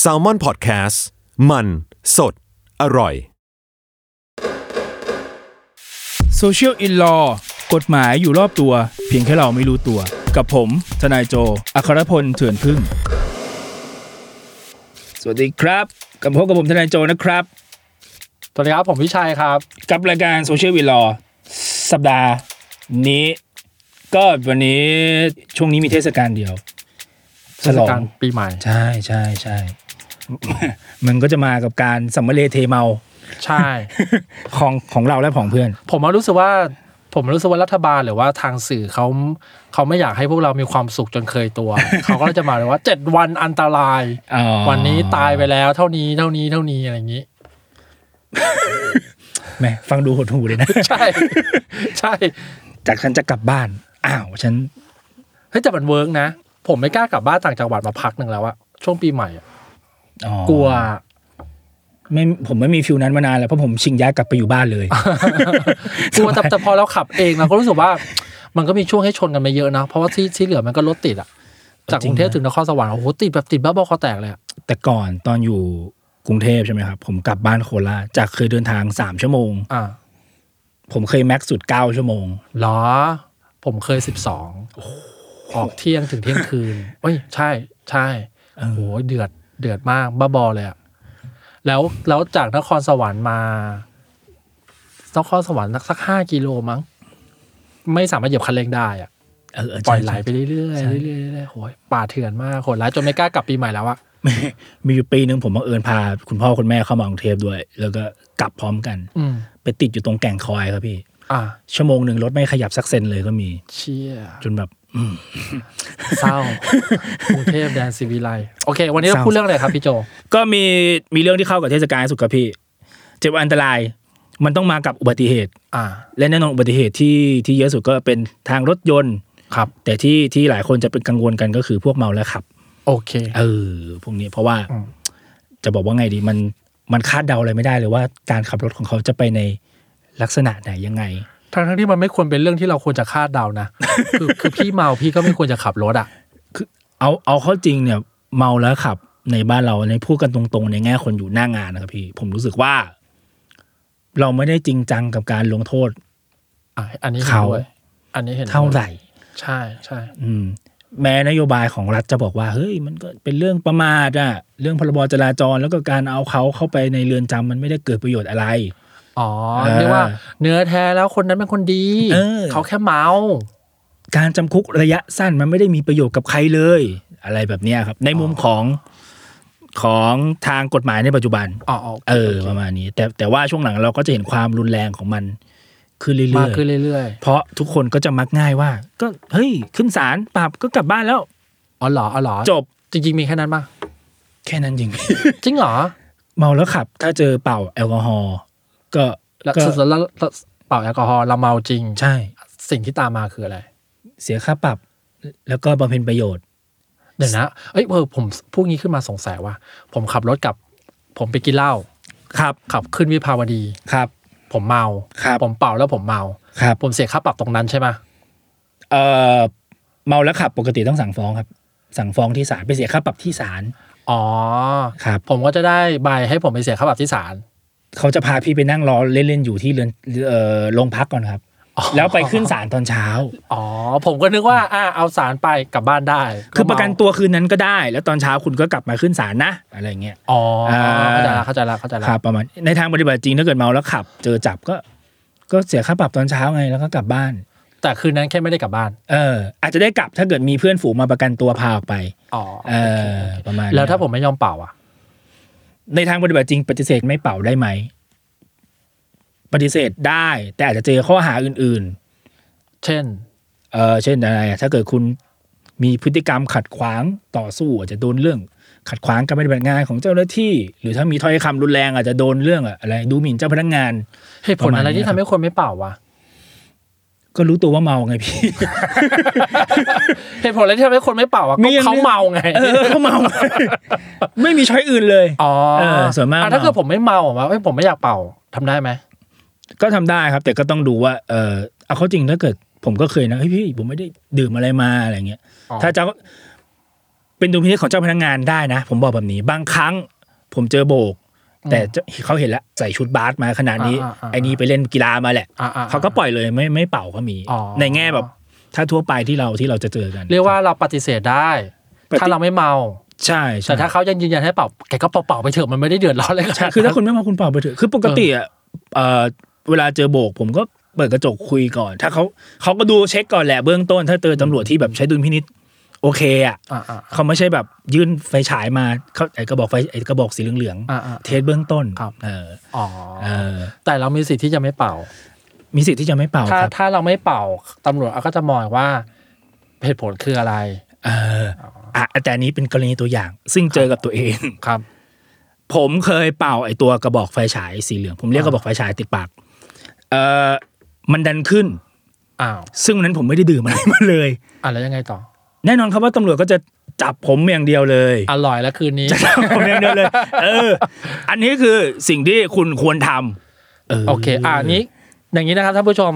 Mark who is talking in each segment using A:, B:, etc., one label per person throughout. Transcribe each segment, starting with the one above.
A: แซลมอนพอดแคสต์มันสดอร่อย
B: Social in Law กฎหมายอยู่รอบตัว เพียงแค่เราไม่รู้ตัว กับผม ทนายโจ อัครพลเถื่อนพึ่ง สวัสดีครับกลับมาพบกับผมทนายโจนะครับ
C: สวัสดีครับผมพิชัยครับ
B: กับรายการ Social in Law สัปดาห์นี้ ก็วันนี้ช่วงนี้มีเทศกาลเดียว
C: เทศกาลปีใหม่
B: ใช่ใช่ใช่ มันก็จะมากับการสัมมเลเทเมา
C: ใช่
B: ของของเราและของเพื่อน
C: ผมว่ารู้สึกว่า ผมรู้สึกว่ารัฐบาลหรือว่าทางสื่อเขาเขาไม่อยากให้พวกเรามีความสุขจนเคยตัว เขาก็เลยจะมาเลยว่าเจ็ดวันอันตราย
B: อ๋อ
C: วันนี้ตายไปแล้วเท่านี้เท่านี้เท่านี้อะไรอย่างนี้
B: แหมฟังดูหดหูเลยนะ
C: ใช่ ใช่
B: จากฉันจะกลับบ้าน อ้าว ฉัน
C: เฮ้ยแต่มันเวิร์กนะ ผมไม่กล้ากลับบ้านต่างจังหวัดมาพักหนึ่งแล้วอะช่วงปีใหม่อะ
B: อ๋อก
C: ลัว
B: ไม่ผมไม่มีฟิลนั้นมานานแล้วเพราะผมชิงย้ายกลับไปอยู่บ้านเลย
C: กลัวแต่แต่พอเราขับเองเราก็รู้สึกว่า มันก็มีช่วงให้ชนกันมาเยอะนะ เพราะว่าที่ที่เหลือมันก็รถติดอะจากกรุงเทพ
B: จริงนะ
C: ถึงนครสวรรค์โอ้โหติดแบบติดบ้าบอคอแตกเลยอะ
B: แต่ก่อนตอนอยู่กรุงเทพใช่ไหมครับ ผมกลับบ้านโคราชจากเคยเดินทางสามชั่วโมง
C: อ่า
B: ผมเคยแม็กซ์สุดเก้าชั่วโมง
C: เหรอ ผมเคยสิบสองออกเที่ยงถึงเที่ยงคื นเอ้ย ใช่ใช่
B: เออ
C: โอ้ยเดือดเดือดมากบ้าบอเลยอะแล้วแล้วจากนครสวรรค์มานครสวรรค์สักห้ากิโลมั้ง ไม่สามารถเหยียบคันเร่งได้อะ
B: เออเใช่
C: ปล่อยไหลไป
B: ใช่
C: เรื่อยๆเรื่
B: ใช่
C: อยๆเรื่อยๆโอ้ยป่าเถื่อนมากโหดร้ายจนไม่กล้ากลับปีใหม่แล้วอะ
B: มีอยู่ปีหนึ่งผมบังเอิญพา คุณพ่อคุณแม่เข้ามากรุงเทพด้วย แล้วก็กลับพร้อมกัน
C: อืม
B: ไปติดอยู่ตรงแก่งคอยครับพี่
C: อ่ะ
B: ชั่วโมงหนึ่งรถไม่ขยับสักเซนเลยก็มี
C: เชี่ย
B: จนแบบ
C: เศ ร้ากรุงเทพแดนซีวิไลซ์โอเค วันนี้เราพูดเรื่องอะไรครับพี่โจ
B: ก็มีมีเรื่องที่เข้ากับเทศกาลสุดครับพี่เจ็บอันตราย มันต้องมากับอุบัติเหตุ
C: อ่า
B: และแน่นอนอุบัติเหตุที่ที่เยอะสุดก็เป็นทางรถยนต์
C: ครับ
B: แต่ที่ที่หลายคนจะเป็นกังวลกันก็คือพวกเมาแล้วขับ
C: โอเค
B: เออพวกนี้เพราะว่า
C: อืม
B: จะบอกว่าไงดีมันมันคาดเดาอะไรไม่ได้เลยว่าการขับรถของเขาจะไปในลักษณะไหนยังไง
C: ทั้งทั้งที่มันไม่ควรเป็นเรื่องที่เราควรจะคาดเดานะ คือคือพี่เมาพี่ก็ไม่ควรจะขับรถอ่ะ
B: เอาเอาเข้าจริงเนี่ยเมาแล้วขับในบ้านเราในพูดกันตรงๆ ในแง่คนอยู่หน้างานนะครับพี่ ผมรู้สึกว่า เราไม่ได้จริงจังกับการลงโทษ
C: อ่ะอันนี้เห็น
B: เขา
C: ด้วยอันนี้เห็นด้วย
B: เท่าไหร่
C: ใช่ใช่
B: อืม แม้นโยบายของรัฐจะบอกว่า เฮ้ย มันก็เป็นเรื่องประมาทอะเรื่องพรบจราจรแล้วก็การเอาเขาเข้าไปในเรือนจำมันไม่ได้เกิดประโยชน์อะไร
C: อ๋อ
B: เออ
C: เรียกว่า เนื้อแท้แล้วคนนั้นเป็นคนดี
B: เออ
C: เขาแค่เมา
B: การจำคุกระยะสั้นมันไม่ได้มีประโยชน์กับใครเลย อะไรแบบเนี้ยครับ ในมุมของของทางกฎหมายในปัจจุบัน
C: อ๋ออ๋อ
B: เออประมาณนี้ แต่แต่ว่าช่วงหลังเราก็จะเห็นความรุนแรงของมันขึ้นเรื่
C: มา
B: อก ย
C: ขึ้นเรื่อย
B: ๆเพราะทุกคนก็จะมักง่ายว่า ก็เฮ้ยขึ้นศาลปรับก็กลับบ้านแล้ว
C: ๆอ๋อเหรออ๋อเหรอ
B: จบ
C: จริงๆมีแค่นั้นปะ
B: แค่นั้นจริง
C: จริงเหรอ
B: เมาแล้วขับ ถ้าเจอเป่าแอลกอฮอล์ก็
C: แล้ว
B: ก็
C: สุดแล้วแล้วเป่าแอลกอฮอล์เราเมาจริง
B: ใช่
C: สิ่งที่ตามมาคืออะไร
B: เสียค่าปรับ แล้วก็บำเพ็ญประโยชน์
C: เดี๋ยวนะเอ้ยเออผมพูดงี้ขึ้นมาสงสัยว่า ผมขับรถกลับ ผมไปกินเหล้า
B: ครับ
C: ขับขึ้นวิภาวดี
B: ครับ
C: ผมเมา
B: ครับ
C: ผมเป่าแล้วผมเมา
B: ครับ
C: ผมเสียค่าปรับตรงนั้นใช่ไหม
B: เอ่อเมาแล้วขับปกติต้องสั่งฟ้องครับ สั่งฟ้องที่ศาลไปเสียค่าปรับที่ศาล
C: อ๋อ
B: ครับ
C: ผมก็จะได้ใบให้ผมไปเสียค่าปรับที่ศาล
B: เขาจะพาพี่ไปนั่งรอเล่นๆอยู่ที่เรือนเอ่อโรงพักก่อนครับ
C: อ๋อ
B: แล้วไปขึ้นศาลตอนเช้า
C: อ๋อ ผมก็นึกว่า อ่าเอาศาลไปกลับบ้านได้
B: คือประกัน
C: เมา
B: ตัวคืนนั้นก็ได้ แล้วตอนเช้าคุณก็กลับมาขึ้นศาลนะ อะไรเงี้ย
C: อ๋อ
B: อ่า
C: เข้าใจละเข้าใจละเข้าใจละ
B: ครับประมาณในทางปฏิบัติจริงถ้าเกิดเมาแล้วขับ เจอจับก็ ก็เสียค่าปรับตอนเช้าไงแล้วก็กลับบ้าน
C: แต่คืนนั้นแค่ไม่ได้กลับบ้าน
B: เออ อาจจะได้กลับถ้าเกิดมีเพื่อนฝูงมาประกันตัวพาออกไป
C: อ๋อ
B: เอ
C: โอเค
B: อ
C: โอเค
B: ประมาณ
C: แล้วถ้าผ
B: นั้น
C: มไม่ยอมเป่าอ่ะ
B: ในทางปฏิบัติจริง ปฏิเสธไม่เป่าได้ไหมปฏิเสธได้ แต่อาจจะเจอข้อหาอื่น
C: เช่น
B: ๆ เออเช่นอะไรอะถ้าเกิดคุณมีพฤติกรรมขัดขวางต่อสู้อาจจะโดนเรื่อง ขัดขวางการปฏิบัติงานของเจ้าหน้าที่ หรือถ้ามีถ้อยคำรุนแรงอาจจะโดนเรื่องอะอะไรดูหมิ่นเจ้าพนักงาน
C: เหตุผลอะไรที่ทำให้คนไม่เป่าวะ
B: ก็รู้ตัวว่าเมาไง พี่
C: เหตุผลอะไรที่ทำให้คนไม่เป่าอ่ะ
B: ไม่
C: ก็
B: ยัง
C: เขาเมาไง
B: เออเขาเมา ไม่มีช้อยอื่นเลย
C: อ๋อ
B: เออส่วนมาก
C: อ่ะถ้า
B: เมา
C: เกิดผมไม่เมาอ่ะว่าเอ้ยผมไม่อยากเป่าทำได้ไหม
B: ก็ทำได้ครับ แต่ก็ต้องดูว่าเออเอาเข้าจริงถ้าเกิด ผมก็เคยนะเฮ้ยพี่ผมไม่ได้ดื่มอะไรมาอะไรเงี้ย
C: อ๋อ
B: ถ้าเจ้า เป็นดุลพินิจของเจ้าพนักงานได้นะ ผมบอกแบบนี้ บางครั้งผมเจอโบก แต่เจ้าเขาเห็นแล้วใส่ชุดบาสมาขนาดนี้
C: อ่าอ่าอ่า
B: ไอ้นี่ไปเล่นกีฬามาแหละ
C: อ่ะอ่ะ
B: เขาก็ปล่อยเลยไม่ไม่เป่าก็มี
C: อ๋อ
B: ในแง่แบบ ถ้าทั่วไปที่เราที่เราจะเจอกัน
C: เรียกว่าเราปฏิเสธได้ ถ้าเราไม่เมา
B: ใช่ใช่
C: แต่ถ้าเขายังยืนยันให้เป่าแกก็เป่าๆไปเถอะมันไม่ได้เดือดร้อนเลย
B: ใช่คือถ้าคุณไม่มาคุณเป่าไปเถอะคือปกติอ่ะเอ่อเวลาเจอโบก ผมก็เปิดกระจกคุยก่อน ถ้าเขาเขาก็ดูเช็คก่อนแหละเบื้องต้น ถ้าเจอตำรวจที่แบบใช้ดุลพินิษโอเคอ่ะ
C: อ่ะอ่ะ
B: เขาไม่ใช่แบบยื่นไฟฉายมาเขาไอ้กระบอกไฟไอ้กระบอกสีเหลือง
C: อ่ะอ่ะ
B: ๆเทสเบื้องต้น
C: ครับ
B: เออ
C: อ๋อ
B: เออ
C: แต่เรามีสิทธิ์ที่จะไม่เป่า
B: มีสิทธิ์ที่จะไม่เป่า
C: ถ้า
B: ครับ
C: ถ้าเราไม่เป่าตำรวจเขาก็จะมองว่าเหตุผลคืออะไร
B: เอออ่ะแต่อันนี้เป็นกรณีตัวอย่าง ซึ่งเจอกับตัวเอง
C: ครับ
B: ผมเคยเป่าไอตัวกระบอกไฟฉายสีเหลือง ผมเรียกกระบอกไฟฉายติดปากเออมันดันขึ้น
C: อ้าว
B: ซึ่งวันนั้นผมไม่ได้ดื่มอะไรมาเลย
C: อ่ะแล้วยังไงต่อ
B: แน่นอนครับว่าตำรวจก็จะจับผมอย่างเดียวเลย
C: อร่อยแล้วคืน นี้
B: จับผมอย่างเดียวเลย เออ อันนี้คือสิ่งที่คุณควรทำ
C: โอเค อ่านี้ อย่างนี้นะครับท่านผู้ชม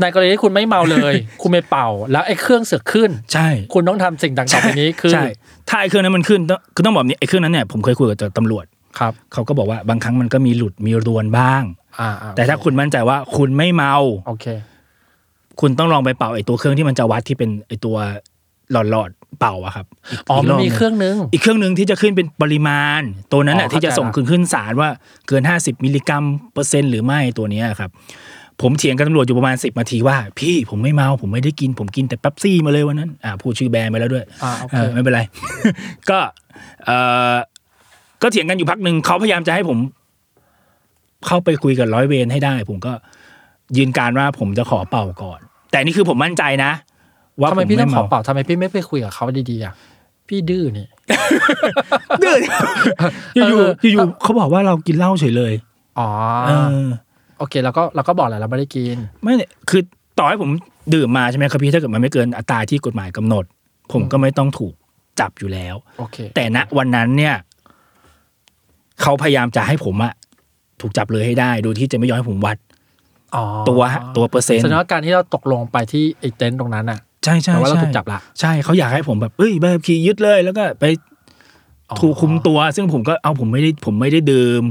C: ในกรณีที่คุณไม่เมาเลย คุณไม่เป่า แล้วไอ้เครื่องเสือกขึ้น
B: ใช่
C: คุณต้องทำสิ่งต่างๆต่อไปนี้คือ
B: ใช่ถ้าไอเครื่องนั้นมันขึ้นต้องคือต้องบอกแบบนี้ไอเครื่องนั้นเนี่ยผมเคยคุยกับตำรวจ
C: ครับ
B: เขาก็บอกว่าบางครั้งมันก็มีหลุดมีรวนบ้าง
C: อ่า
B: แต่ถ้าคุณมั่นใจว่าคุณไม่เมา
C: โอเค
B: คุณต้องลองไปเป่าไอ้ตัวเครื่องที่มันจะวัดที่เป็นไอ้ตัวหลอดหลอดๆเป่าอะครับก
C: อ๋อมันมี
B: บหนึ่
C: เครื่องนึง
B: อีกเครื่องหนึ่งที่จะขึ้นเป็นปริมาณ ตัวนั้นแห
C: อ๋
B: ละ
C: อ
B: ที่จะส่ง
C: เข้าใจละ
B: ขึ้นขึ้นศาลว่าเกิน 50 มิลลิกรัมเปอร์เซ็นต์หรือไม่ตัวเนี้ยครับ ผมเถียงกับตำรวจอยู่ประมาณ 10นาทีว่า พี่ผมไม่เมาผมไม่ได้กิน ผมกินแต่เป๊ปซี่มาเลยวันนั้นอ่าพูดชื่อแบรนด์ไปแล้วด้วย
C: อ่าโอ
B: เอ
C: เค
B: อไม่เป็นไร ก็เออก็เถียงกันอยู่พักหนึ่งเขาพยายามจะให้ผม เข้าไปคุยกับร้อยเวรให้ได้ ผมก็ยืนการว่าผมจะขอเป่าก่อน แต่นี่คือผมมั่นใจนะ ว่าผ
C: ทำ
B: ม
C: ไมพี่
B: ไม่
C: ต้องขอ
B: เมา
C: เป่าทำไมพี่ไม่ไปคุยกับเขาดีๆอ่ะพี่ดื้อนี่
B: เดือด อยู่
C: เออ
B: ๆอยู่ๆเขาบอกว่าเรากินเหล้าเฉยเลย
C: อ๋อ
B: เออ
C: โอเคเราก็เราก็บอกแหละเราไม่ได้กิน
B: ไม่เนี่ยคือต่อให้ผมดื่มมาใช่ไหมครับพี่ถ้าเกิดมันไม่เกินอัตราที่กฎหมายกำหนด ผมก็ไม่ต้องถูกจับอยู่แล้ว
C: โอเค
B: แต่ณวันนั้นเนี่ยเขาพยายามจะให้ผมอะถูกจับเลยให้ได้ โดยที่จะไม่ยอมให้ผมวัด
C: อ๋อ
B: ตัวฮะตัวเปอร์เซ็นต์
C: แสดงว่าการที่เราตกลงไปที่ไอ้เต็นท์ตรงนั้นอ่ะ
B: ใช่ใช่
C: แต่ว่าเรา
B: ใช่
C: ถูกจับละ
B: ใช่เขาอยากให้ผมแบบเอ้ยใบขับขี่ยึดเลย แล้วก็ไป
C: อ๋อ
B: ถูกคุมตัว ซึ่งผมก็เอาผมไม่ได้ผมไม่ได้ดื่ม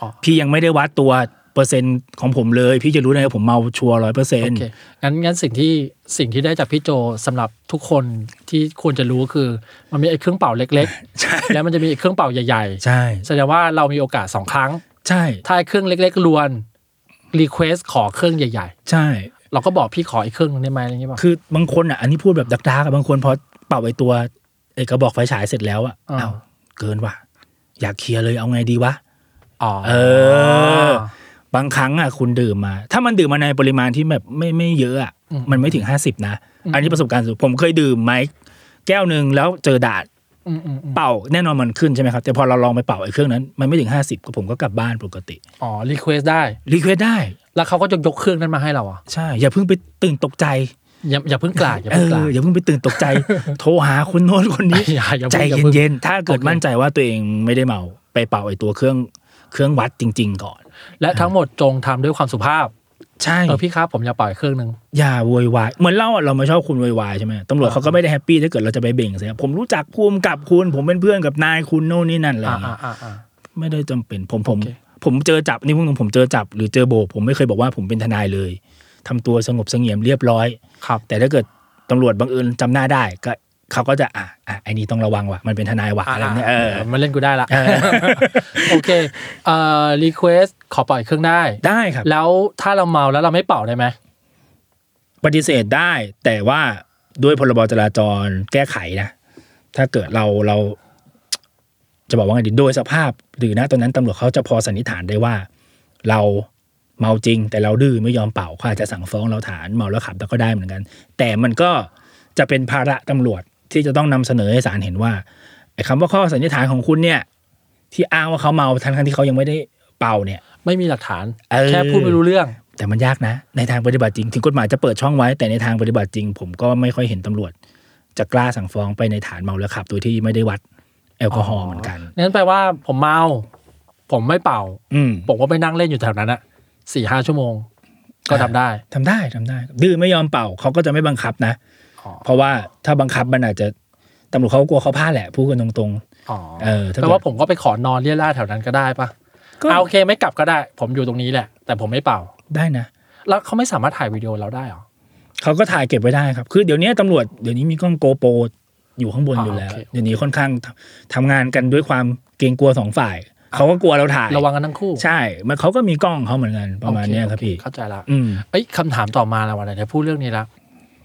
C: อ๋อ
B: พี่ยังไม่ได้วัดตัวเปอร์เซ็นต์ของผมเลย พี่จะรู้ได้ไงว่าผมเมาชัวร้อยเปอร์เซ็น
C: โอ
B: ต์
C: เคงั้นงั้นสิ่งที่สิ่งที่ได้จากพี่โจสำหรับทุกคนที่ควรจะรู้คือ มันมีไอ้เครื่องเป่าเล็ก
B: ใช่
C: ๆ แล้วมันจะมีไอ้เครื่องเป่าใหญ่
B: ใช่
C: ๆแสดงว่าเรามีโอกาสสองครั้ง
B: ใช่
C: ถ้าไอ้เครื่องเล็กๆรวนรีเควสขอเครื่องใหญ่
B: ใช่
C: ๆ เราก็บอกพี่ขอไอ้เครื่องนึงได้ไหมอะไรอย่างเงี้ยป่ะ
B: คือบางคนอ่ะอันนี้พูดแบบดักดากับบางคนพอเป่าไอตัวไอกระบอกไฟฉายเสร็จแล้วอ่ะ
C: อ่า
B: อ้าวเกินว่ะอยากเคลียร์เลยเอาไงดีวะ
C: อ๋อ
B: เออ บางครั้งอ่ะคุณดื่มมา ถ้ามันดื่มมาในปริมาณที่แบบไม่ไม่เยอะอ่ะมันไม่ถึงห้าสิบนะ อันนี้ประสบการณ์สุดผมเคยดื่มไหมแก้วหนึ่งแล้วเจอด่าน
C: อืมอืมอืม
B: เป่าแน่นอนมันขึ้นใช่ไหมครับ แต่พอเราลองไปเป่าไอ้เครื่องนั้น มันไม่ถึงห้าสิบก็ผมก็กลับบ้านปกติ
C: อ๋อรีเควสได้
B: รีเควสได้
C: แล้วเขาก็จะยกเครื่องนั้นมาให้เราอ่ะ
B: ใช่ อย่าเพิ่งไปตื่นตกใจ
C: อย่าอย่าเพิ่งกลาดอย่า
B: เอ
C: เพิ่งกลา
B: อ
C: ด
B: อย่าเพิ่งไปตื่นตก ใจ โทรหาคนโน้นคนนี้
C: อย่าอย่า
B: ใจ
C: เพิ่งอย่าเพิ่ง
B: เย็นๆ ถ้าเกิด
C: โอเค
B: มั่นใจว่าตัวเองไม่ได้เมาไปเป่าไอ้ตัวเครื่องเครื่องวัดจริง ๆ ก่อน
C: และทั้งหมดจงทำด้วยความสุภาพ
B: ใช่
C: เออพี่ครับผมอยากเป่าอีกเครื่องนึง
B: อย่าโวยวายเหมือนเล่าอะเราไม่ชอบคุณโวยวายใช่ไหมตำรวจเขาก็ไม่ได้แฮปปี้ถ้าเกิดเราจะไปเบ่งเสียผมรู้จักภูมิกับคุณ ผมเป็นเพื่อนกับนายคุณโน่นนี่นั่นอะไรอ
C: อ่า
B: ย่างเงี้ย
C: อ่าอ่าอ่า
B: ไม่ได้จำเป็นผมผม
C: โอเค
B: ผมเจอจับนี่พวกนึงผมเจอจับหรือเจอโบกผมไม่เคยบอกว่าผมเป็นทนายเลยทำตัวสงบเสงี่ยมเรียบร้อย
C: ครับ
B: แต่ถ้าเกิดตำรวจบังเอิญจำหน้าได้ก็เขาก็จะอ่ะอ่ะไอ้นี่ต้องระวังว่ะมันเป็นทนายว่ะอะไรเนี่ยเออ
C: มาเล่นกูได้ละ
B: เออ
C: โอเคเอ่อรีเควสขอเป่าอีกเครื่องได้
B: ได้ครับ
C: แล้วถ้าเราเมาแล้วเราไม่เป่าได้ไหม
B: ปฏิเสธได้แต่ว่าด้วยพรบจราจรแก้ไขนะ ถ้าเกิดเราเรา จะบอกว่าไงดีโดยสภาพ หรือนะตอนนั้นตำรวจเขาจะพอสันนิษฐานได้ว่า เราเมาจริง แต่เราดื้อไม่ยอมเป่าเขาอาจจะสั่งฟ้องเราฐานเมาแล้วขับแต่ก็ได้เหมือนกัน แต่มันก็จะเป็นภาระตำรวจที่จะต้องนำเสนอให้ศาลเห็นว่าไอ้คำว่าข้อสันนิษฐานของคุณเนี่ย ที่อ้างว่าเขาเมาทั้งๆที่เขายังไม่ได้เป่าเนี่ย
C: ไม่มีหลักฐาน
B: เออ
C: แค่พูดไม่รู้เรื่อง
B: แต่มันยากนะ ในทางปฏิบัติจริง ถึงกฎหมายจะเปิดช่องไว้แต่ในทางปฏิบัติจริง ผมก็ไม่ค่อยเห็นตำรวจ จะกล้าสั่งฟ้องไปในฐานเมาแล้วขับ โดยที่ไม่ได้วัดแอลกอฮอล์เหมือนกัน
C: งั้นแปลว่าผมเมา ผมไม่เป่า
B: อืม
C: ผมก็ไปนั่งเล่นอยู่แถวนั้นอะสี่ห้าชั่วโมง ก็ทำได้
B: ทำได้ทำได้ ดื้อไม่ยอมเป่าเขาก็จะไม่บังคับนะ
C: อ๋อ
B: เพราะว่าถ้าบังคับมันอาจจะ ตำรวจเขากลัวเขาพลาดแหละพูดกันตรง
C: อ๋อ
B: ๆ เออถ้
C: แปล
B: เกิด
C: ว่าผมก็ไปขอนอนเลี่ยราดแถวนั้นก็ได้ปะ
B: ก็
C: เอาโอเคไม่กลับก็ได้ ผมอยู่ตรงนี้แหละ แต่ผมไม่เป่า
B: ได้นะ
C: แล้วเขาไม่สามารถถ่ายวิดีโอเราได้เหรอ
B: เขาก็ถ่ายเก็บไว้ได้ครับ คือเดี๋ยวนี้ตำรวจเดี๋ยวนี้มีกล้องโกโปรอยู่ข้างบน
C: อ่า
B: อยู่แล้ว
C: โอเค
B: เดี๋ยวนี้ค่อนข้างทำทำงานกันด้วยความเกรงกลัวสองฝ่ายเขาก็กลัวเราถ่าย
C: ระวังกันทั้งคู่
B: ใช่มันเขาก็มีกล้องเขาเหมือนกันประมาณเนี้ยครับ
C: โอ
B: พี่
C: เเข้าใจละ
B: อืม
C: เอ้ยคำถามต่อมาแล้ววันไหนจะพูดเรื่องนี้ละ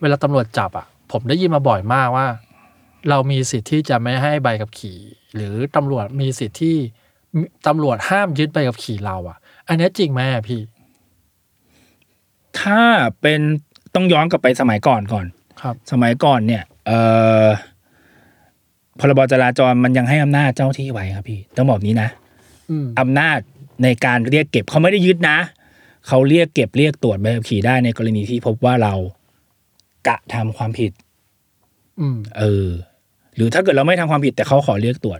C: เวลาตำรวจจับอ่ะ ผมได้ยินมาบ่อยมากว่า เรามีสิทธิ์ที่จะไม่ให้ใบขับขี่ หรือตำรวจมีสิทธิ์ที่ตำรวจห้ามยึดใบขับขี่เราอ่ะ อันเนี้ยจริงไหมอะพี่
B: ถ้าเป็นต้องย้อนกลับไปสมัยก่อนก่อน
C: ครับ
B: สมัยก่อนเนี่ยเอ่อพรบจราจรมันยังให้อำนาจเจ้าที่ไว้ครับพี่ต้องบอกนี้นะ
C: อืม
B: อำนาจในการเรียกเก็บเขาไม่ได้ยึดนะเขาเรียกเก็บเรียกตรวจใบขับขี่ได้ในกรณีที่พบว่าเรากระทำความผิด
C: อืม
B: เออ หรือถ้าเกิดเราไม่ทำความผิดแต่เขาขอเรียกตรวจ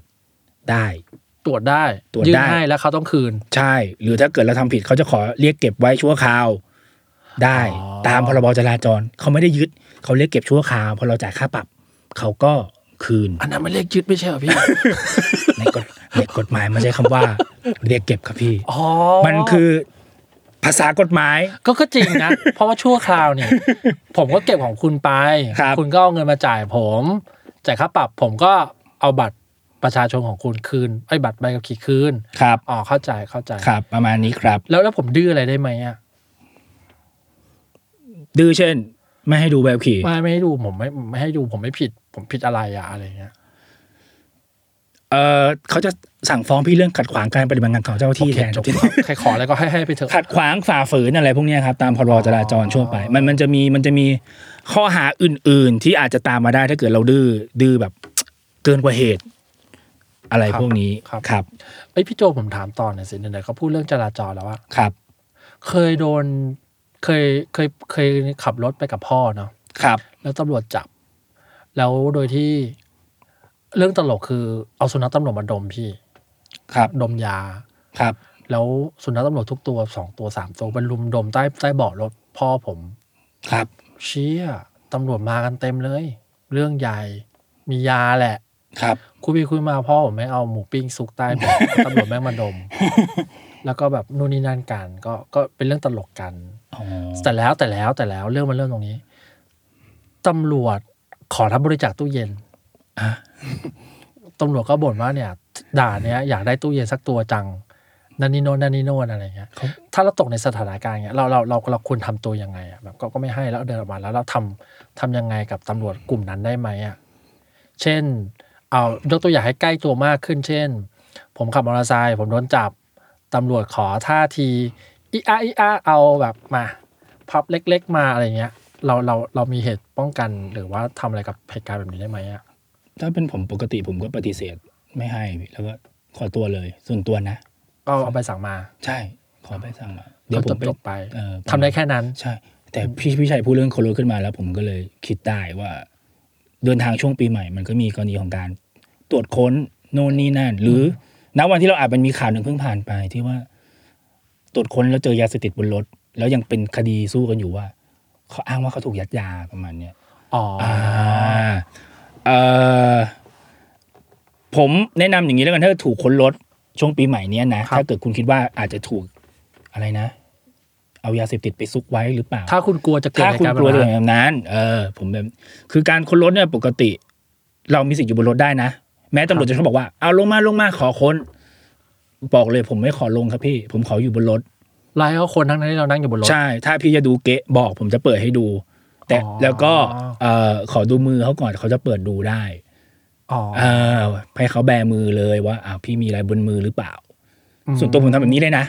B: ได้
C: ตรวจได้
B: ตรวจ
C: ยื่
B: ได้
C: นให้แล้วเขาต้องคืน
B: ใช่ หรือถ้าเกิดเราทำผิดเขาจะขอเรียกเก็บไว้ชั่วคราว ได้
C: อ๋อ
B: ตามพรบจราจรเขาไม่ได้ยึดเขาเรียกเก็บชั่วคราวพอเราจ่ายค่าปรับเขาก็คืน
C: อันนั้นไม่เรียกยึดไม่ใช่เหรอพี่
B: ในกฎในกฎหมายมันใช้คำว่า เรียกเก็บครับพี่
C: อ๋อ
B: มันคือภาษากฎหมาย
C: ก็ก็จริงนะ เพราะว่าชั่วคราวเนี่ย ผมก็เก็บของคุณไป
B: ครับ
C: ณก็เอาเงินมาจ่ายผมจ่ายค่าปรับ ผมก็เอาบัตรประชาชนของคุณคืนไอ้ยบัตรใบขับขี่คืน
B: ครับ
C: อ๋อเข้าใจเข้าใจ
B: ครับ ประมาณนี้ครับ
C: แล้วแล้วผมดื้ออะไรได้ไหมอ่ะ
B: ดื้อเช่น ไม่ให้ดูใบขับขี่
C: ไม่ไม่ให้ดูผมไม่ไม่ให้ดูผมไม่ผิด ผมผิดอะไรอ่ะอะไรเงี้ย
B: เออเขาจะสั่งฟ้องพี่เรื่องขัดขวางการปฏิบัติงานของเจ้าที่
C: โอเค
B: แทน
C: จบใครขออะไรก็ให้ ให้ไปเถอะ
B: ขัดขวางฝ่าฝืนอะไรพวกเนี้ยครับ ตามพรบจราจรช่วงไป มันมันจะมีมันจะมีข้อหาอื่น ๆ ที่อาจจะตามมาได้ถ้าเกิดเราดื้อดื้อแบบ เกินกว่าเหตุ อะไรพวกนี้ครับ
C: ไอ้ยพี่โจผมถามต่อหน่อยสิไหนๆเขาพูดเรื่องจราจรแล้วว่า
B: ครับ
C: เคยโดนเคยเคยเคยขับรถไปกับพ่อเนาะ
B: ครับ
C: แล้วตำรวจจับ แล้วโดยที่เรื่องตลกคือเอาสุนัขตำรวจมาดมพี่
B: ครับ
C: ดมยา
B: ครับ
C: แล้วสุนัขตำรวจทุกตัวสองตัวสามตัวมันลุมดมใต้ใต้เบาะรถพ่อผม
B: ครับ
C: เชี่ยตำรวจมากันเต็มเลย เรื่องใหญ่ มียาแหละ
B: ครับ
C: คุยไปคุยมาพ่อผมไม่เอาหมูปิ้งซุกใต้เบาะ ตำรวจแม่งมาดม แล้วก็แบบนู่นนี่นั่นกันก็ก็เป็นเรื่องตลกกัน แต่แล้วแต่แล้วแต่แล้วเรื่องมันเริ่มตรงนี้ตำรวจขอรับบริจาคตู้เย็น
B: อ่ะ
C: ตำรวจก็บ่นว่าเนี่ย ด่านเนี้ยอยากได้ตู้เย็นสักตัวจังนันนี่โนนนันนี่โนนอะไรเงี้ยถ้าเราตกในสถานการณ์เงี้ยเราเราเราเราควรทำตัวยังไงอ่ะแบบก็ก็ไม่ให้แล้วเดินออกมาแล้วเราทำทำยังไงกับตำรวจกลุ่มนั้นได้ไหมอ่ะเช่น เอายกตัวอย่างให้ใกล้ตัวมากขึ้น เช่น ผมขับมอเตอร์ไซค์ผมโดนจับตำรวจขอท่าทีอีอาอีอาเอาแบบมา พับเล็ก ๆ มาอะไรเงี้ย เราเราเรามีเหตุป้องกันหรือว่าทำอะไรกับเหตุการณ์แบบนี้ได้ไหมอ่ะ
B: ถ้าเป็นผมปกติผมก็ปฏิเสธไม่ให้พี่แล้วก็ขอตัวเลย ส่วนตัวนะ
C: ก็เอาไปสั่งมา
B: ใช่ ขอไปสั่งมาเดี๋ยวผ
C: ก็จ
B: ม
C: บ
B: ไป
C: จบไป
B: เอ่อ
C: ทำได้แค่นั้น
B: ใช่ แต่พี่พี่ชัยพูดเรื่องโคโรขึ้นมาแล้ว ผมก็เลยคิดได้ว่า เดินทางช่วงปีใหม่ มันก็มีกรณีของการ ตรวจค้นโน่นนี่นั่น หรือณวันที่เราอาจมันมีข่าวหนึ่งเพิ่งผ่านไปที่ว่า ตรวจค้นแล้วเจอยาเสพติดบนรถ แล้วยังเป็นคดีสู้กันอยู่ว่าเขาอ้างว่าเขาถูกยัดยาประมาณเนี้ย
C: อ๋ออ
B: อ่าเอ่อผมแนะนำอย่างนี้แล้วกันถ้าถูกค้นรถช่วงปีใหม่เนี้ยนะ ถ้าเกิดคุณคิดว่าอาจจะถูกอะไรนะ เอายาเสพติดไปซุกไว้หรือเปล่า
C: ถ้าคุณกลัวจะเกิด
B: ถ้า
C: เหตุ
B: คุณ
C: การณ์
B: กลัว
C: แบบ
B: เรื่อง
C: นั้น
B: แบบนั้น เออ ผมแบบคือการค้นรถเนี่ยปกติ เรามีสิทธิ์อยู่บนรถได้นะ แม้ตำรวจจะชอบบอกว่าเอาลงมาลงมาขอค้น บอกเลยผมไม่ขอลงครับพี่ ผมขออยู่บนรถ
C: ไล่เอาคนทั้งนั้นที่เรานั่งอยู่บนรถ
B: ใช่ ถ้าพี่จะดูเกะบอกผมจะเปิดให้ดู แต่
C: อ๋อ
B: แล้วก็เออขอดูมือเขาก่อนเขาจะเปิดดูได้
C: อ๋อ
B: เออให้เขาแบมือเลยว่าอ่าพี่มีอะไรบนมือหรือเปล่า
C: ม
B: ส่วนตัวผมทำแบบนี้เลยนะ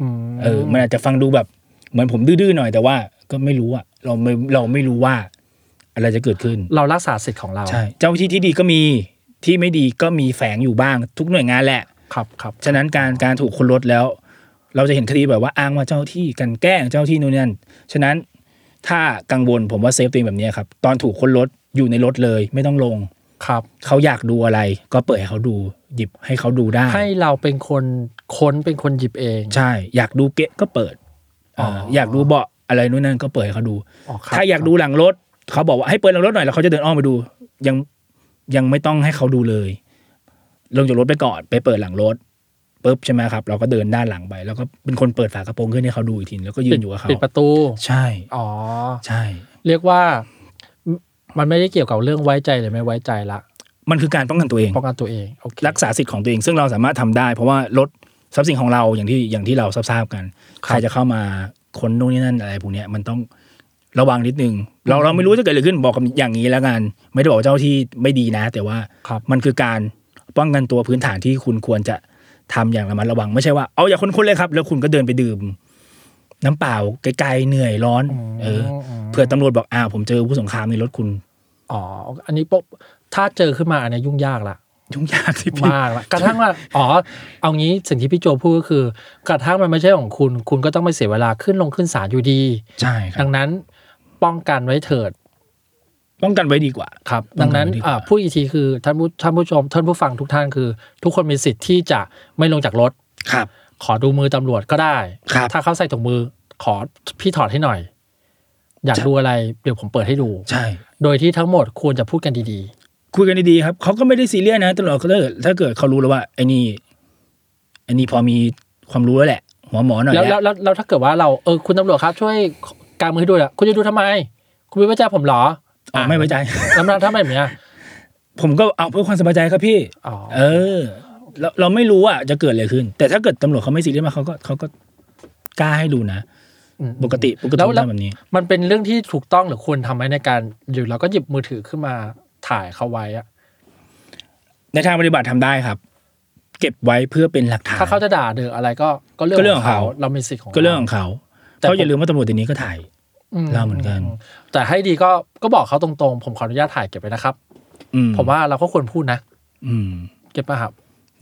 C: อืม
B: เออมันอาจจะฟังดูแบบ เหมือนผมดื้อๆหน่อยแต่ว่า ก็ไม่รู้อะเราไม่เราไม่รู้ว่า อะไรจะเกิดขึ้น
C: เรารักษาสิทธิ์ของเรา
B: ใช่ เจ้าที่ที่ดีก็มีที่ไม่ดีก็มีแฝงอยู่บ้าง ทุกหน่วยงานแหละ
C: ครับครับ
B: ฉะนั้นการการถูกคนลดแล้ว เราจะเห็นคดีแบบว่าอ้างว่าเจ้าที่กลันแกล้งเจ้าที่นู่นนั่นฉะนั้นถ้ากังวลผมว่าเซฟตัวเองแบบนี้ครับตอนถูกคนลดอยู่ในรถเลย ไม่ต้องลง
C: ครับ
B: เขาอยากดูอะไร ก็เปิดให้เขาดูหยิบให้เขาดูได้
C: ให้เราเป็นคนค้นเป็นคนหยิบเอง
B: ใช่ อยากดูเกะก็เปิดาอยากดูเบาะอะไรนู่นนั่นก็เปิดให้เขาดู
C: อ๋อครับ
B: ถ้าอยากดูหลังรถ เขาบอกว่าให้เปิดหลังรถหน่อยแล้วเขาจะเดินอ้อมไปดู ยัง ยังไม่ต้องให้เขาดูเลย ลงจากรถไปก่อน ไปเปิดหลังรถปุ๊บใช่ไหมครับ เราก็เดินด้านหลังไป แล้วก็เป็นคนเปิดฝากระโปรงขึ้นให้เขาดูอีกทีแล้วก็ยืนอยู่กับเขา
C: ปิดประตู
B: ใช่
C: อ๋อ
B: ใช่
C: เรียกว่า มันไม่ได้เกี่ยวกับเรื่องไว้ใจหรือไม่ไว้ใจละ
B: มันคือการป้องกันตัวเอง
C: ป้องกันตัวเองโอเค
B: รักษาสิทธิ์ของตัวเอง ซึ่งเราสามารถทำได้ เพราะว่าลดทรัพย์สินของเราอย่างที่อย่างที่เราทราบๆกัน ใครจะเข้ามาคนนู่นนี่นั่นอะไรพวกเนี้ยมันต้องระวังนิดนึง เราเราไม่รู้ว่าจะเกิดอะไรขึ้นบอกกันอย่างนี้แล้วกัน ไม่ได้บอกว่าเจ้าที่ไม่ดีนะ แต่ว่า
C: ครับ
B: มันคือการป้องกันตัวพื้นฐานที่คุณควรจะทำอย่างระมัดระวัง ไม่ใช่ว่าเอาอย่าคุ้นๆเลยครับ แล้วคุณก็เดินไปดื่ม น้ำเปล่าไกลๆเหนื่อยร้อน เอออ
C: ม
B: เผื่อตำรวจบอกอ้าวผมเจอผู้สงครามในรถคุณ
C: อ๋อ อันนี้ปุ๊บถ้าเจอขึ้นมาอันเนี้ยยุ่งยากละ
B: ยุ่งยากที่พี่
C: มากละกระทั่งว่า อ๋อ เอางี้สิ่งที่พี่โจพูดก็คือ กระทั่งมันไม่ใช่ของคุณ คุณก็ต้องไม่เสียเวลาขึ้นลงขึ้นศาลอยู่ดี
B: ใช่ครั
C: ดั
B: บ
C: งนั้นป้องกันไว้เถิด
B: ป้องกันไว้ดีกว่า
C: ครับ
B: ป้
C: ดั
B: อง
C: ง
B: กันไว้
C: นั้น
B: ดีกว่า
C: อ่าพูดอีกทีคือท่านผู้ท่านผู้ชมท่านผู้ฟังทุกท่านคือ ทุกคนมีสิทธิ์ที่จะไม่ลงจากรถ
B: ครับ
C: ขอดูมือตำรวจก็ได้
B: ครับ
C: ถ้าเขาใส่ถุงมือ ขอพี่ถอดให้หน่อย อยากดูอะไรเดี๋ยวผมเปิดให้ดู
B: ใช่
C: โดยที่ทั้งหมดควรจะพูดกันดี
B: คุยกันดีๆครับเขาก็ไม่ได้ซีเรียสนะตลอดเขาถ้าเกิดถ้าเกิดเขารู้แล้วว่าไอ้นี่ไอ้นี่พอมีความรู้แล้วแหละหัวหมอหน่
C: ๆ
B: อย
C: แล้ว
B: แห
C: แล้ว
B: ละ
C: แล้วแล้วถ้าเกิดว่าเราเออคุณตำรวจครับช่วยกางมือให้ดูหน่อยคุณจะดูทำไม คุณไม่ไว้ใจผมเหรอ
B: อ๋อไม่ไว้ใจ
C: แล้วถ้าไม่แบบเนี้ย
B: ผมก็เอาเพื่อความสบายใจครับพี่
C: อ๋อ
B: เออ เราเราไม่รู้อ่ะจะเกิดอะไรขึ้น แต่ถ้าเกิดตำรวจเขาไม่ซีเรียสมากเขาก็เขาก็กล้าให้ดูนะ
C: อืม
B: ปกติปกติ
C: แล้วแล้ว
B: ทำแบบนี้
C: มันเป็นเรื่องที่ถูกต้องหรือควรทำไหมในการอยู่เราก็หยิบมือถือขึ้นมาถ่ายเขาไว้อะ
B: ในทางปฏิบัติทำได้ครับ เก็บไว้เพื่อเป็นหลักฐาน
C: ถ้าเขาจะด่าเดืออะไรก็ก็เรื่อง
B: ก็เรื่องของเขา
C: เรามีสิทธิ์ของ
B: ก็เรื่อง
C: า
B: ของเขา
C: แต่ผม
B: เขาอย่าลืมว่าตำรวจตัวนี้ก็ถ่าย เราเหมือนกัน
C: แต่ให้ดีก็ก็บอกเขาตรงๆ ผมขออนุญาตถ่ายเก็บไว้นะครับ
B: อืม
C: ผมว่าเราก็ควรพูดนะ
B: อืม
C: เก็บมาครับ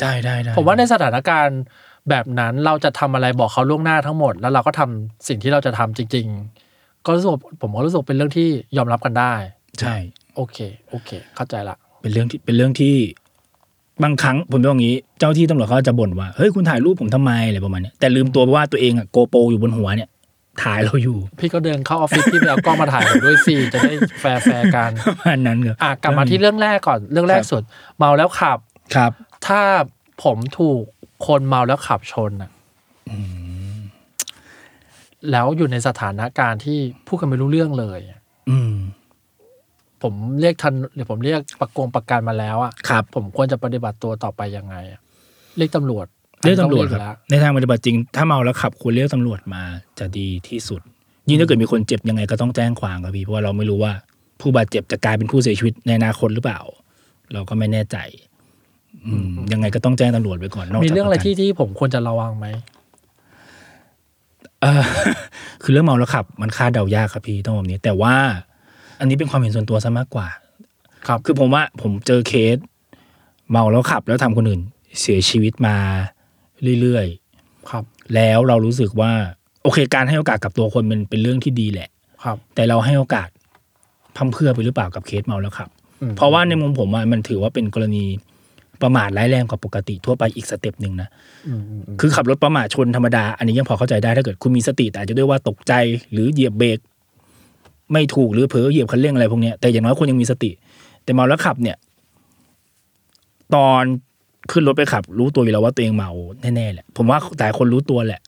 B: ได้ได้ได้
C: ผมว่าในสถานการณ์แบบนั้นเราจะทำอะไรบอกเขาล่วงหน้าทั้งหมด แล้วเราก็ทำสิ่งที่เราจะทำจริง ๆ ก็รู้สึกผมก็รู้สึกเป็นเรื่องที่ยอมรับกันได้
B: ใช่
C: โอเค โอเค เข้าใจละ
B: เป็นเรื่องที่เป็นเรื่องที่บางครั้งผมจะบอกงี้ เจ้าที่ตำรวจเขาจะบ่นว่าเฮ้ยคุณถ่ายรูปผมทำไมอะไรประมาณเนี้ยแต่ลืมตัวไปว่าตัวเองอะโกโปรอยู่บนหัวเนี่ยถ่ายเราอยู่
C: พี่ก็เดินเข้าออฟฟิศพี่ไปเอากล้องมาถ่ายผมด้วยสิจะได้แฟร์แฟร์ๆกัน
B: ประมาณนั้นครับ
C: อ่ะกลับมาที่เรื่องแรกก่อนเรื่องแรก
B: ครับ
C: สุด เมาแล้วขับ
B: ครับ
C: ถ้าผมถูกคนเมาแล้วขับชนน่ะแล้วอยู่ในสถานการณ์ที่พูดกันไม่รู้เรื่องเลยอะ
B: อืม
C: ผมเรียกทันหรือผมเรียกประกงประกันมาแล้วอะ
B: ครับ
C: ผมควรจะปฏิบัติตัวต่อไปยังไงอะเรียกตำรวจ
B: เรียกตำรวจครั
C: อัน
B: บ
C: นี้ต้องเยกแล้ว
B: ในทางปฏิบัติจริง ถ้าเมาแล้วขับควรเรียกตำรวจมาจะดีที่สุด ยิ่งถ้าเกิดมีคนเจ็บยังไงก็ต้องแจ้งความครับพี่เพราะว่าเราไม่รู้ว่าผู้บาดเจ็บจะกลายเป็นผู้เสียชีวิตในอนาคตหรือเปล่า เราก็ไม่แน่ใจ อืมยังไงก็ต้องแจ้งตำรวจไปก่อนนอกจาก
C: มีเรื่องอะไร
B: ปกัน
C: ที่ที่ผมควรจะระวังไหม
B: เออ คือเรื่องเมาแล้วขับ มันคาดเดายากครับพี่ต้องแบบนี้ แต่ว่า อันนี้เป็นความเห็นส่วนตัวซะมากกว่า
C: ครับ
B: คือผมว่าผมเจอเคส เมาแล้วขับ แล้วทำคนอื่น เสียชีวิตมาเรื่อย
C: ครับ
B: ๆแล้วเรารู้สึกว่า โอเค การให้โอกาสกับตัวคนมันเป็นเรื่องที่ดีแหละ
C: ครับ
B: แต่เราให้โอกาสพร่ำเพรื่อไปหรือเปล่ากับเคสเมาแล้วขับ
C: อืม
B: เพราะว่าในมุมผมอะมันถือว่าเป็นกรณีประมาทร้ายแรงกว่าปกติทั่วไปอีกสเต็ปหนึ่งนะ
C: อืมอืมอืม
B: คือขับรถประมาทชนธรรมดา อันนี้ยังพอเข้าใจได้ถ้าเกิดคุณมีสติ แต่อาจจะด้วยว่าตกใจหรือเหยียบเบรกไม่ถูกหรือเผลอเหยียบคันเร่งอะไรพวกเนี้ยแต่อย่างน้อยคุณยังมีสติ แต่เมาแล้วขับเนี่ย ตอนขึ้นรถไปขับ รู้ตัวอยู่แล้วว่าตัวเองเมาแน่ๆแหละผมว่าแต่คนรู้ตัวแหละ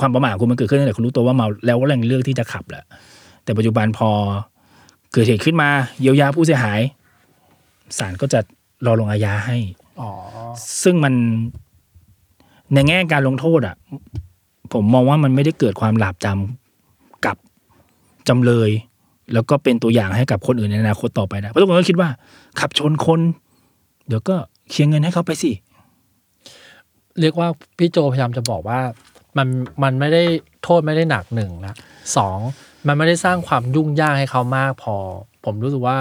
B: ความประมาทของคุณมันเกิดขึ้นตั้งแต่คุณรู้ตัวว่าเมาแล้วก็แรงเลือกที่จะขับแหละแต่ปัจจุบันพอเกิดเหตุขึ้นมาเยียวยาผู้เสียหายศาลก็จะรอลงอาญาให้
C: อ๋อ
B: ซึ่งมันในแง่การลงโทษอ่ะ ผมมองว่ามันไม่ได้เกิดความหลาบจำกับจำเลย แล้วก็เป็นตัวอย่างให้กับคนอื่นในอนาคตต่อไปนะเพราะทุกคนก็คิดว่า ขับชนคน เดี๋ยวก็เคลียร์เงินให้เขาไปสิ
C: เรียกว่าพี่โจพยายามจะบอกว่า มันมันไม่ได้โทษไม่ได้หนักหนึ่งละสองมันไม่ได้สร้างความยุ่งยากให้เขามากพอ ผมรู้สึกว่า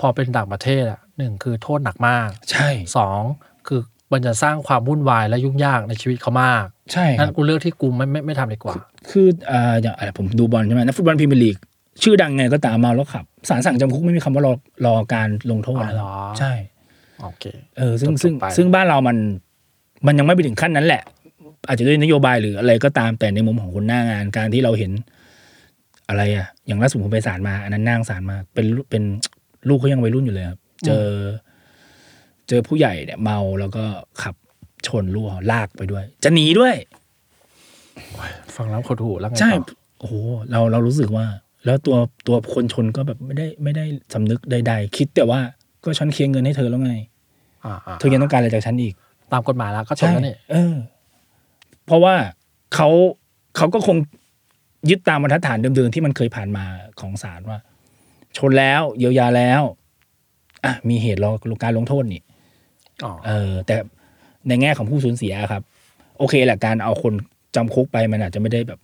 C: พอเป็นต่างประเทศอะหนึ่งคือโทษหนักมาก
B: ใช่
C: สองคือมันจะสร้างความวุ่นวายและยุ่งยากในชีวิตเขามาก
B: ใช่ค
C: งั้
B: รั
C: น
B: บ
C: กูเลือกที่กูไม่ไม่ไม่ทำดีกว่า
B: คืออ่าอย่างอะไรผมดูบอลใช่ไหมนักฟุตบอลพรีเมียร์ลีก ชื่อดังไงก็ตามเมาแล้วขับศาลสั่งจำคุกไม่มีคำว่ารอรอการลงโทษ
C: อ๋อเหรอ
B: ใช่
C: โอเค
B: เออซึ่ง
C: จบ
B: ซึ่ง
C: ไป
B: ซึ่งบ้านเรามันมันยังไม่ไปถึงขั้นนั้นแหละ อาจจะด้วยนโยบายหรืออะไรก็ตามแต่ในมุมของคนหน้างานการที่เราเห็น อะไรอะอย่างล่าสุดผมไปศาลมาอันนั้นนั่งศาลมา เป็นลูกเป็นลูกเขายังวัยรุ่นอยู่เลยครับเจออ เจอผู้ใหญ่เนี่ยเมาแล้วก็ขับชนลูกเขาลากไปด้วย จะหนีด้วย
C: ฟังแล้วขดหูแล้วไง
B: ใช่
C: ต่อ
B: โอ้โหเราเรารู้สึกว่า แล้วตัวตัวคนชนก็แบบไม่ได้ไม่ได้สำนึกใด ๆ คิดแต่ว่าก็ฉันเคลียร์เงินให้เธอแล้วไง
C: อ่าอ่า
B: เธอยังต้องการอะไรจากฉันอีก
C: ตามกฎหมายแล้วก็จบแล้วนี่
B: เออ เพราะว่าเขาเขาก็คงยึดตามบรรทัดฐานเดิมๆที่มันเคยผ่านมาของศาลว่า ชนแล้วเยียวยาแล้วอ่ะมีเหตุรอการลงโทษนี่
C: อ๋อ
B: เออ แต่ในแง่ของผู้สูญเสียครับ โอเคแหละการเอาคนจำคุกไปมันอาจจะไม่ได้แบบ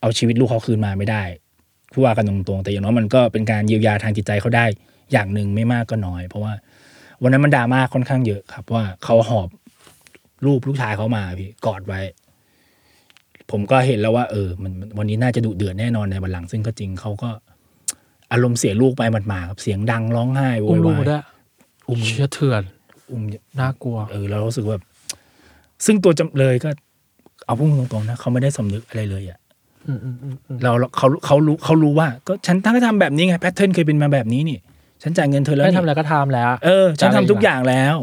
B: เอาชีวิตลูกเขาคืนมาไม่ได้ผู้ว่ากันตรงๆแต่อย่างน้อยมันก็เป็นการเยียวยาทางจิตใจเขาได้อย่างหนึ่งไม่มากก็น้อย เพราะว่า วันนั้นมันดราม่าค่อนข้างเยอะครับ ว่าเขาหอบรูปลูกชายเขามาพี่กอดไว้ ผมก็เห็นแล้วว่า เออมันมันวันนี้น่าจะดุเดือดแน่นอนในบัลลังก์ซึ่งก็จริงเขาก็ อารมณ์เสียลูกไปหมาดๆครับเสียงดังร้องไห้โว
C: อุ้ม
B: ย
C: ลู
B: วาก ย
C: มาด้วยอุ้มเชื้อเถื่อน
B: อุ้ม
C: น่ากลัว
B: เออเรารู้สึกว่า ซึ่งตัวจำเลยก็ เอาพูดตรงๆนะเขาไม่ได้สำนึกอะไรเลยอะ่ะ
C: อืมอืมอืมอืม
B: เราเราเขาเขารู้เขารู้ว่า ก็ฉันตั้งทำแบบนี้ไงแพทเทิร์นเคยเป็นมาแบบนี้นี่ ฉันจ่ายเงินเธอแล้ว
C: ให้
B: นี่
C: ทำอะไรก็ทำแล้ว
B: เออฉันทำ
C: จ่ายอะไรอีก
B: ทุกอย่างแล้ว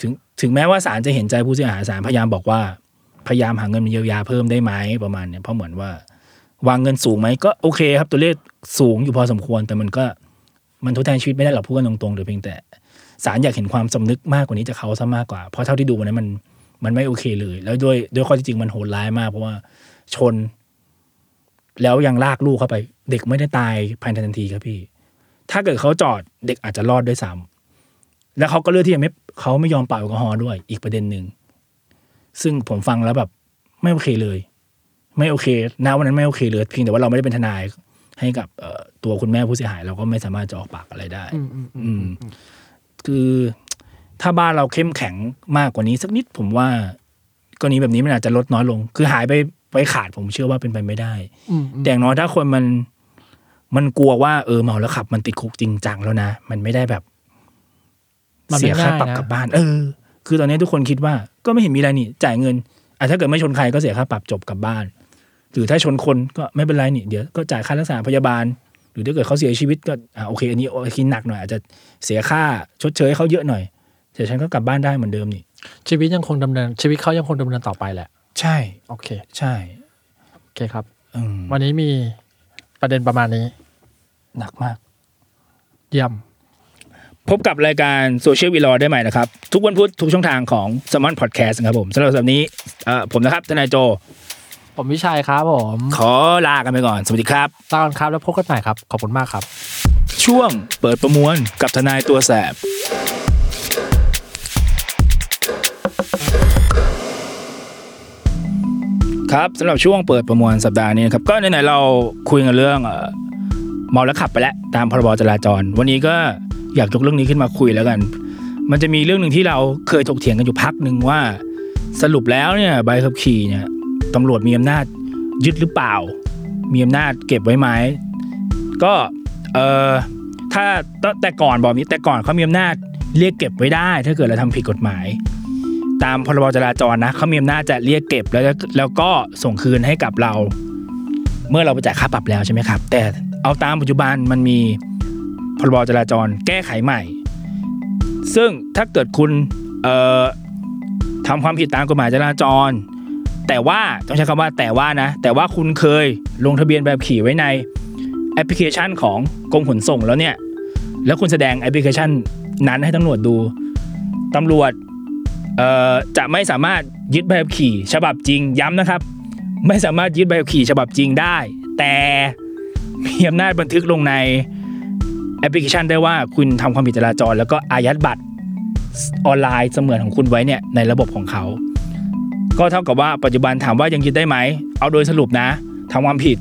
B: ถึงถึงแม้ว่าศาลจะเห็นใจผู้เสียหายศาลพยายามบอกว่า พยายามหาเงินมาเยียวยาเพิ่มได้ไหมประมาณเนี่ยเพราะเหมือนว่า วางเงินสูงไหมก็โอเคครับตัวเลขสูงอยู่พอสมควร แต่มันก็มันทดแทนชีวิตไม่ได้หรอกพูดกันตรงๆแต่เพียงแต่ศาลอยากเห็นความสำนึกมากกว่านี้จากเขาซะมากกว่า เพราะเท่าที่ดูวันนั้นมันมันไม่โอเคเลย แล้วด้วยด้วยข้อที่จริงมันโหดร้ายมาก เพราะว่าชน แล้วยังลากลูกเข้าไป เด็กไม่ได้ตายภายในทันทีครับพี่ ถ้าเกิดเขาจอดเด็กอาจจะรอดด้วยซ้ำแล้วเขาก็เลือกที่จะไม่เขาไม่ยอมเป่าแอลกอฮอล์ด้วยอีกประเด็นหนึ่งซึ่งผมฟังแล้วแบบ ไม่โอเคเลย ไม่โอเคณวันนั้นไม่โอเคเลยเพียงแต่ว่าเราไม่ได้เป็นทนายให้กับเอ่อตัวคุณแม่ผู้เสียหาย เราก็ไม่สามารถจะออกปากอะไรได้
C: อืมอืมอืม
B: อืม คือถ้าบ้านเราเข้มแข็งมากกว่านี้สักนิดผมว่ากรณีแบบนี้มันอาจจะลดน้อยลง คือหายไปไปขาดผมเชื่อว่าเป็นไปไม่ได้
C: อืมอืม
B: แต่อย่างน้อยถ้าคนมันมันกลัวว่าเออเมาแล้วขับ มันติดคุกจริงจังแล้วนะ มันไม่ได้แบบ
C: มัน
B: เสี
C: ไม่
B: ย
C: ง่
B: ค่าปรับ
C: นะ
B: กลับบ้าน เออ คือตอนนี้ทุกคนคิดว่าก็ไม่เห็นมีอะไรนี่ จ่ายเงินอ่ะถ้าเกิดไม่ชนใครก็เสียค่าปรับจบกลับบ้าน หรือถ้าชนคนก็ไม่เป็นไรนี่เดี๋ยวก็จ่ายค่ารักษาพยาบาล หรือถ้าเกิดเขาเสียชีวิตก็อ่ะโอเค อันนี้โอเคหนักหน่อยอาจจะเสียค่าชดเชยให้เขาเยอะหน่อยแต่ฉันก็กลับบ้านได้เหมือนเดิมนี่
C: ชีวิตยังคงดำเนิน ชีวิตเขายังคงดำเนินต่อไปแหละ
B: ใช่
C: โอเค
B: ใช่
C: โอเคครับ
B: อืม
C: วันนี้มีประเด็นประมาณนี้
B: หนักมาก
C: เยี่ยม
B: พบกับรายการโซเชียลวีลอได้ใหม่นะครับ ทุกวันพุธทุกช่องทางของ s ซมอนพอดแคสต์ครับผมสำหรับสัปดาห์นี้เอ่อผมนะครับทนายโจ
C: ผมวิชัยครับผม
B: ขอลากันไปก่อน สวัสดีครับ
C: ตอนครับแล้วพบกันใหม่ครับ ขอบคุณมากครับ
B: ช่วงเปิดประมวลกับทนายตัวแสบครับสำหรับช่วงเปิดประมวลสัปดาห์นี้นะครับ ก็ไหนๆเราคุยกันเรื่องเอ่อเมาแล้วขับไปแล้ว ตามพรบจราจร วันนี้ก็อยากยกเรื่องนี้ขึ้นมาคุยแล้วกัน มันจะมีเรื่องหนึ่งที่เราเคยถกเถียงกันอยู่พักหนึ่งว่า สรุปแล้วเนี่ยใบขับขี่เนี่ยตำรวจมีอำนาจยึดหรือเปล่า มีอำนาจเก็บไว้ไหม ก็เออถ้าตแต่ก่อนบอกนี้แต่ก่อนเขามีอำนาจเรียกเก็บไว้ได้ ถ้าเกิดเราทำผิดกฎหมาย ตามพรบจราจรนะเขามีอำนาจจะเรียกเก็บแล้วก็แล้วก็ส่งคืนให้กับเรา เมื่อเราไปจ่ายค่าปรับแล้วใช่ไหมครับ แต่เอาตามปัจจุบันมันมีพรบจราจรแก้ไขใหม่ ซึ่งถ้าเกิดคุณเอ่อทำความผิดตามกฎหมายจราจร แต่ว่าต้องใช้คำว่าแต่ว่านะ แต่ว่าคุณเคยลงทะเบียนแบบขี่ไว้ใน แอปพลิเคชันของกรมขนส่งแล้วเนี่ย แล้วคุณแสดงแอปพลิเคชันนั้นให้ตำรวจดู ตำรวจเอ่อจะไม่สามารถยึดใบขับขี่ฉบับจริงย้ำนะครับ ไม่สามารถยึดใบขับขี่ฉบับจริงได้ แต่มีอำนาจบันทึกลงในแอปพลิเคชันได้ว่าคุณทำความผิดจราจร แล้วก็อายัดบัตรออนไลน์เสมือนของคุณไว้เนี่ยในระบบของเขา ก็เท่ากับว่าปัจจุบันถามว่ายังยึดได้ไหม เอาโดยสรุปนะทำความผิด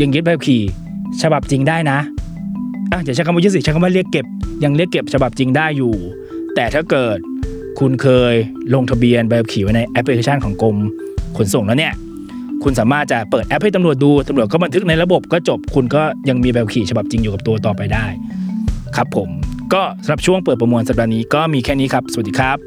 B: ยังยึดใบขับขี่ ฉบับจริงได้นะอ่ะอย่าใช้คำว่ายึดสิใช้คำว่าเรียกเก็บ ยังเรียกเก็บฉบับจริงได้อยู่ แต่ถ้าเกิดคุณเคยลงทะเบียนใบขับขี่ไว้ในแอปพลิเคชันของกรมขนส่งแล้วเนี่ย คุณสามารถจะเปิดแอปให้ตำรวจดู ตำรวจก็บันทึกในระบบก็จบ คุณก็ยังมีใบขับขี่ฉบับจริงอยู่กับตัวต่อไปได้ ครับผม ก็สำหรับช่วงเปิดประมวลสัปดาห์นี้ก็มีแค่นี้ครับ สวัสดีครับ